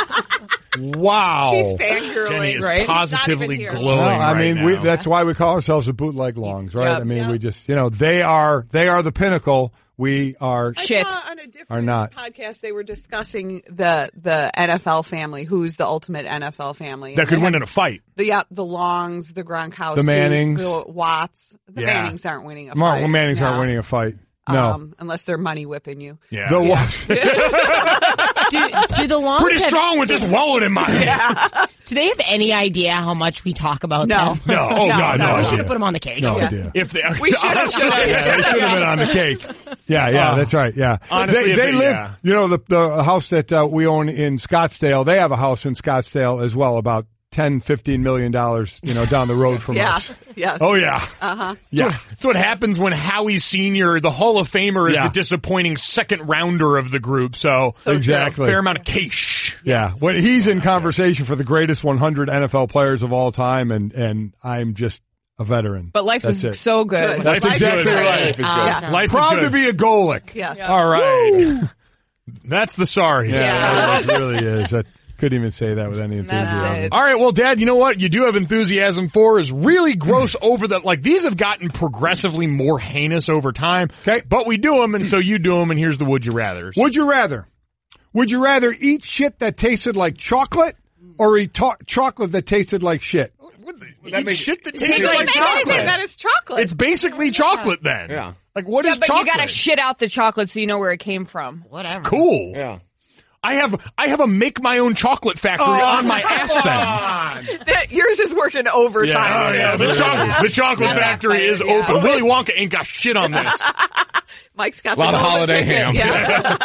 Speaker 1: Wow.
Speaker 2: Oh,
Speaker 3: She's fangirling,
Speaker 1: Jenny is
Speaker 6: right? She's not
Speaker 1: positively
Speaker 3: even here.
Speaker 1: glowing.
Speaker 2: Well, I
Speaker 1: right
Speaker 2: mean,
Speaker 1: now.
Speaker 2: we, that's why we call ourselves the bootleg longs, right?
Speaker 6: Yep.
Speaker 2: I mean, we just you know they are they are the pinnacle. We are
Speaker 3: I
Speaker 6: Shit.
Speaker 3: saw on a different
Speaker 2: Are not.
Speaker 3: podcast they were discussing the the NFL family, who's the ultimate NFL family.
Speaker 1: that could win in a fight.
Speaker 3: the yeah, the Longs, the Gronkowskis,
Speaker 2: The Mannings.
Speaker 3: the Watts. The
Speaker 1: Yeah.
Speaker 3: Mannings aren't winning a
Speaker 2: Mark
Speaker 3: fight.
Speaker 2: Manning's
Speaker 3: Yeah.
Speaker 2: aren't winning a fight. No,
Speaker 3: Um, unless they're money whipping you.
Speaker 1: Yeah.
Speaker 2: the
Speaker 1: Yeah.
Speaker 2: yeah.
Speaker 4: Do, do the Longs
Speaker 1: Pretty
Speaker 4: have,
Speaker 1: strong with this wallet in my hand.
Speaker 4: do they have any idea how much we talk about
Speaker 3: No.
Speaker 4: them?
Speaker 1: No, oh
Speaker 3: No,
Speaker 1: God, no.
Speaker 3: no.
Speaker 4: We
Speaker 1: idea.
Speaker 4: should have put them on the cake.
Speaker 2: no
Speaker 3: Yeah.
Speaker 2: idea.
Speaker 1: If they,
Speaker 3: We should have
Speaker 1: Honestly,
Speaker 3: done it.
Speaker 1: yeah, they should have been on the cake.
Speaker 2: Yeah, yeah,
Speaker 1: Uh,
Speaker 2: that's right. Yeah,
Speaker 1: honestly,
Speaker 2: they,
Speaker 1: if
Speaker 2: they
Speaker 1: it-
Speaker 2: live.
Speaker 1: yeah.
Speaker 2: You know, the the house that uh, we own in Scottsdale, they have a house in Scottsdale as well, about 10, 15 million dollars, you know, down the road from us.
Speaker 3: Yes, yes.
Speaker 1: Oh yeah.
Speaker 3: Uh-huh.
Speaker 1: Yeah. That's what, that's what happens when Howie Senior, the Hall of Famer, is
Speaker 2: Yeah.
Speaker 1: the disappointing second rounder of the group. So,
Speaker 2: Exactly.
Speaker 1: fair amount of cash.
Speaker 2: Yeah, when he's in conversation for the greatest 100 NFL players of all time, and and I'm just a veteran.
Speaker 6: But life
Speaker 2: That's
Speaker 6: was
Speaker 2: it.
Speaker 6: so good.
Speaker 3: Good.
Speaker 2: That's
Speaker 1: Life is
Speaker 2: exactly
Speaker 1: good.
Speaker 2: right.
Speaker 5: If it's
Speaker 4: Uh,
Speaker 5: good.
Speaker 4: no.
Speaker 1: Life
Speaker 2: Proud
Speaker 1: is good.
Speaker 2: to be a Golic.
Speaker 3: Yes.
Speaker 1: All right. That's the sorry.
Speaker 2: Yeah, it really is. I couldn't even say that with any
Speaker 6: That's
Speaker 2: enthusiasm.
Speaker 6: it.
Speaker 1: All right, well, Dad, you know what? You do have enthusiasm for is really gross over that. Like these have gotten progressively more heinous over time.
Speaker 2: Okay.
Speaker 1: but we do them, and so you do them. And here's the would you rather.
Speaker 2: Would you rather? Would you rather eat shit that tasted like chocolate or eat to- chocolate that tasted like shit?
Speaker 3: Oh.
Speaker 1: Eat shit that
Speaker 3: It's
Speaker 1: tastes
Speaker 3: like
Speaker 1: like
Speaker 3: chocolate. That
Speaker 1: chocolate.
Speaker 3: is chocolate.
Speaker 1: It's basically chocolate then.
Speaker 5: Yeah.
Speaker 1: Like what is
Speaker 6: But
Speaker 1: chocolate?
Speaker 6: you gotta shit out the chocolate so you know where it came from.
Speaker 4: Whatever.
Speaker 1: cool.
Speaker 5: Yeah.
Speaker 1: I have I have a make my own chocolate factory on my ass then.
Speaker 3: That- yours is working overtime.
Speaker 1: Oh,
Speaker 3: too.
Speaker 1: yeah. The chocolate, the chocolate factory is
Speaker 6: Yeah.
Speaker 1: open. Willy Wonka ain't got shit on this.
Speaker 3: Mike's got
Speaker 5: A lot
Speaker 3: the
Speaker 5: of
Speaker 3: golden
Speaker 5: holiday
Speaker 3: ticket.
Speaker 5: ham.
Speaker 3: Yeah.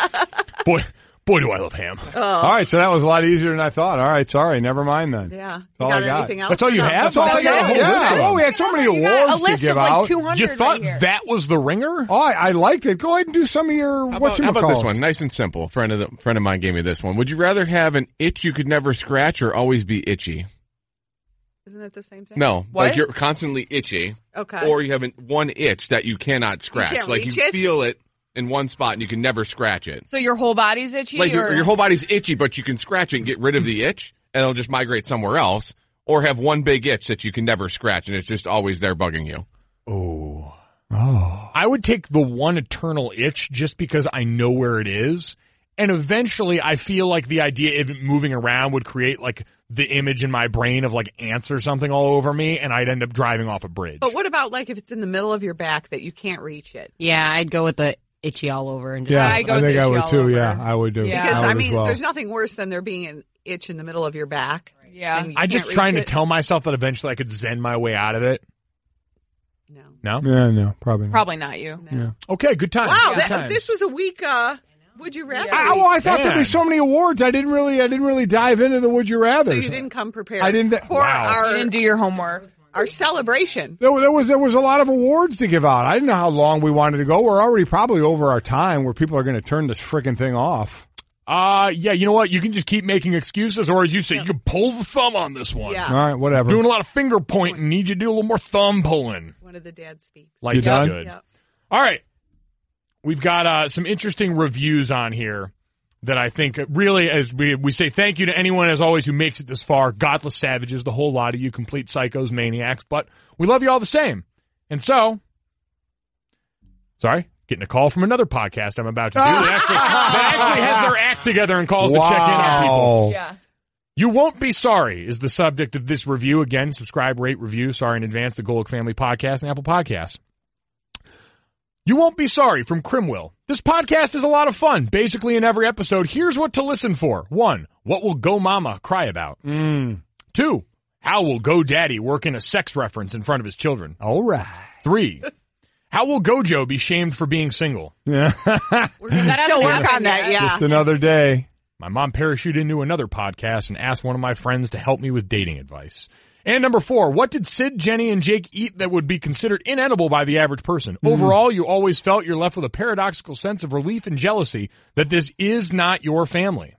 Speaker 1: Boy, boy, do I love ham.
Speaker 2: All right, so that was a lot easier than I thought. All right, sorry, never mind then.
Speaker 3: Yeah.
Speaker 2: That's all
Speaker 3: you got
Speaker 2: I got.
Speaker 3: anything else?
Speaker 1: That's all you
Speaker 3: No.
Speaker 1: have?
Speaker 2: That's all I
Speaker 1: That's it?
Speaker 2: got.
Speaker 1: A whole
Speaker 2: Yeah.
Speaker 1: list of
Speaker 2: Oh,
Speaker 1: them.
Speaker 2: we had so many
Speaker 6: You got
Speaker 2: awards
Speaker 6: a list
Speaker 2: to give
Speaker 6: of like
Speaker 2: out.
Speaker 6: 200
Speaker 1: You thought
Speaker 6: right here.
Speaker 1: that was the ringer?
Speaker 2: Oh, I, I liked it. Go ahead and do some of your
Speaker 5: How
Speaker 2: what
Speaker 5: about, how about this one? Nice and simple. Friend of the, friend of mine gave me this one. Would you rather have an itch you could never scratch or always be itchy?
Speaker 3: Isn't that the same thing?
Speaker 5: No,
Speaker 6: What?
Speaker 5: like you're constantly itchy,
Speaker 3: Okay.
Speaker 5: or you have an, one itch that you cannot scratch.
Speaker 3: can't
Speaker 5: like
Speaker 3: reach
Speaker 5: you
Speaker 3: it?
Speaker 5: feel it in one spot and you can never scratch it.
Speaker 6: So your whole body's itchy.
Speaker 5: Like your,
Speaker 6: or-
Speaker 5: your whole body's itchy, but you can scratch it and get rid of the itch, and it'll just migrate somewhere else. Or have one big itch that you can never scratch, and it's just always there bugging you.
Speaker 2: Oh.
Speaker 1: I would take the one eternal itch just because I know where it is. And eventually I feel like the idea of it moving around would create like the image in my brain of like ants or something all over me and I'd end up driving off a bridge.
Speaker 3: But what about like if it's in the middle of your back that you can't reach it?
Speaker 4: Yeah, I'd go with the itchy all over and just
Speaker 2: Yeah,
Speaker 6: I
Speaker 2: I,
Speaker 6: go with
Speaker 2: think
Speaker 6: itchy
Speaker 2: I would
Speaker 6: all
Speaker 2: too.
Speaker 6: over.
Speaker 2: Yeah, I would do.
Speaker 6: Yeah.
Speaker 3: Because
Speaker 2: would
Speaker 3: I,
Speaker 2: as
Speaker 3: mean,
Speaker 2: well.
Speaker 3: there's nothing worse than there being an itch in the middle of your back.
Speaker 6: Yeah.
Speaker 3: and you
Speaker 1: I'm
Speaker 3: can't
Speaker 1: just
Speaker 3: reach
Speaker 1: trying to
Speaker 3: it.
Speaker 1: tell myself that eventually I could zen my way out of it.
Speaker 3: No.
Speaker 1: No?
Speaker 2: Yeah, no, probably not.
Speaker 6: Probably not you.
Speaker 1: Okay, good time.
Speaker 3: Wow,
Speaker 1: Good
Speaker 3: that,
Speaker 1: times.
Speaker 3: this was a week. Uh, would you rather?
Speaker 2: I, well, I thought there'd be
Speaker 1: Man.
Speaker 2: so many awards. I didn't really, I didn't really dive into the would you rather.
Speaker 3: so you didn't come prepared.
Speaker 2: I didn't-
Speaker 3: for
Speaker 1: Wow.
Speaker 6: You
Speaker 3: our
Speaker 6: didn't do your homework.
Speaker 3: our celebration.
Speaker 2: There, there was there was a lot of awards to give out. I didn't know how long we wanted to go. We're already probably over our time where people are going to turn this freaking thing off.
Speaker 1: Uh, yeah, you know what? You can just keep making excuses, or as you say, you can pull the thumb on this one.
Speaker 3: Yeah.
Speaker 2: All right, whatever.
Speaker 1: Ah. Doing a lot of finger pointing. Need you to do a little more thumb pulling.
Speaker 3: One of the dads speaks.
Speaker 1: Like
Speaker 2: You done?
Speaker 1: good.
Speaker 3: Yep.
Speaker 1: All right. We've got uh, some interesting reviews on here that I think really, as we, we say thank you to anyone, as always, who makes it this far. Godless savages, the whole lot of you, complete psychos, maniacs, but we love you all the same. And so, sorry? Getting a call from another podcast I'm about to do that actually, that actually has their act together and calls to check in on people.
Speaker 2: Wow.
Speaker 6: Yeah.
Speaker 1: You won't be sorry is the subject of this review. Again, subscribe, rate, review. Sorry in advance. The Golic Family Podcast and Apple Podcasts. You won't be sorry from Crimwill. This podcast is a lot of fun. Basically, in every episode, here's what to listen for. One, what will Go Mama cry about? Two, how will Go Daddy work in a sex reference in front of his children?
Speaker 2: All right.
Speaker 1: Three, how will Gojo be shamed for being single?
Speaker 4: We're gonna that
Speaker 3: Still
Speaker 4: out
Speaker 3: work on that, yeah.
Speaker 2: Just another day.
Speaker 1: My mom parachuted into another podcast and asked one of my friends to help me with dating advice. And number four, what did Sid, Jenny, and Jake eat that would be considered inedible by the average person? Overall, you always felt you're left with a paradoxical sense of relief and jealousy that this is not your family.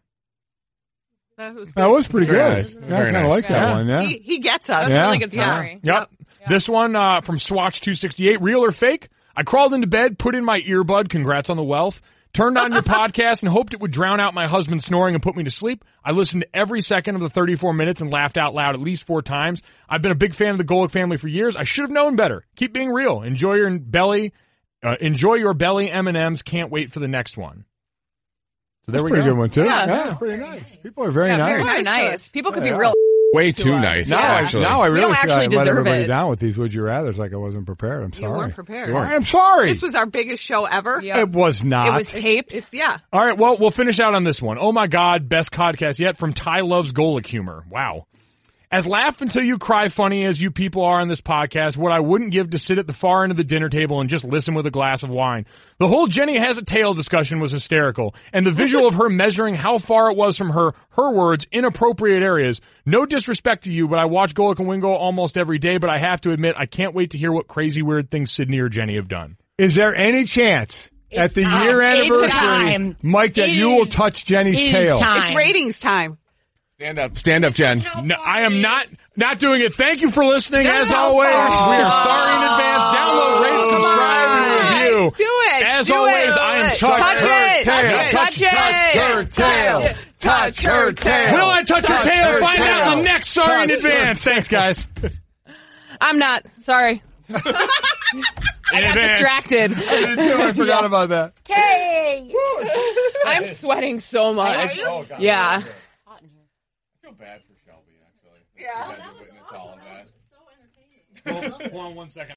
Speaker 2: That was pretty
Speaker 5: Very
Speaker 2: good.
Speaker 5: nice.
Speaker 2: Yeah, I
Speaker 5: Very
Speaker 2: kind of
Speaker 5: nice.
Speaker 2: like that
Speaker 1: Yeah.
Speaker 2: one. Yeah.
Speaker 3: Uh, He, he gets us.
Speaker 6: That's
Speaker 2: Yeah.
Speaker 6: a really good
Speaker 2: Yeah.
Speaker 6: summary.
Speaker 1: Yep. This one uh, from Swatch 268, real or fake? I crawled into bed, put in my earbud, congrats on the wealth, turned on your podcast and hoped it would drown out my husband snoring and put me to sleep. I listened to every second of the 34 minutes and laughed out loud at least four times. I've been a big fan of the Golic family for years. I should have known better. Keep being real. Enjoy your belly. Uh, enjoy your belly M&Ms. Can't wait for the next one. So there
Speaker 2: That's a
Speaker 1: we
Speaker 2: pretty
Speaker 1: go.
Speaker 2: good one too.
Speaker 6: Yeah.
Speaker 2: Yeah, it's pretty nice. People are very
Speaker 6: Yeah,
Speaker 2: nice.
Speaker 6: very nice.
Speaker 3: Nice to us.
Speaker 6: People could
Speaker 2: Yeah.
Speaker 6: be real.
Speaker 5: Way too nice.
Speaker 2: Now,
Speaker 5: actually.
Speaker 2: I, now I
Speaker 6: We
Speaker 2: really
Speaker 6: don't
Speaker 2: feel
Speaker 6: actually
Speaker 2: I let
Speaker 6: deserve
Speaker 2: everybody
Speaker 6: it.
Speaker 2: down with these would you rather's like I wasn't prepared. I'm sorry.
Speaker 3: weren't prepared.
Speaker 2: I'm sorry.
Speaker 3: This was our biggest show ever.
Speaker 6: Yeah.
Speaker 2: it was not.
Speaker 6: It was taped.
Speaker 3: It's yeah.
Speaker 1: All right, well, we'll finish out on this one. Oh my God, best podcast yet from Ty Loves Golic Humor. Wow. As laugh until you cry funny as you people are on this podcast, what I wouldn't give to sit at the far end of the dinner table and just listen with a glass of wine. The whole Jenny has a tail discussion was hysterical, and the visual of her measuring how far it was from her, her words, inappropriate areas. No disrespect to you, but I watch Golic and Wingo almost every day, but I have to admit, I can't wait to hear what crazy weird things Sydney or Jenny have done.
Speaker 2: Is there any chance at the
Speaker 4: time.
Speaker 2: year
Speaker 4: Uh, It's
Speaker 2: anniversary,
Speaker 4: time.
Speaker 2: Mike, that
Speaker 4: It
Speaker 2: you will
Speaker 4: is-
Speaker 2: touch Jenny's
Speaker 4: it is
Speaker 2: tail?
Speaker 4: time.
Speaker 3: It's ratings time.
Speaker 5: Stand up. Stand up, Jen.
Speaker 1: No, I am not not doing it. Thank you for listening. As always, we are sorry in advance. Download, rate, subscribe, and review.
Speaker 3: Do it.
Speaker 1: As
Speaker 3: Do
Speaker 1: always,
Speaker 3: it.
Speaker 1: I am
Speaker 3: Touch
Speaker 1: sorry.
Speaker 6: Touch it.
Speaker 2: Touch
Speaker 6: Touch it.
Speaker 2: her tail. Touch her tail.
Speaker 1: Will I touch your
Speaker 2: Touch
Speaker 1: tail?
Speaker 2: her
Speaker 1: Find out in
Speaker 2: tail.
Speaker 1: the next sorry in
Speaker 2: Touch her
Speaker 1: advance. Thanks, guys.
Speaker 6: I'm not. Sorry.
Speaker 1: In
Speaker 6: Got distracted.
Speaker 2: I forgot about that.
Speaker 6: I'm sweating so much. Yeah.
Speaker 5: bad for Shelby, actually.
Speaker 3: Yeah.
Speaker 5: Witness all of that.
Speaker 1: Hold on one second.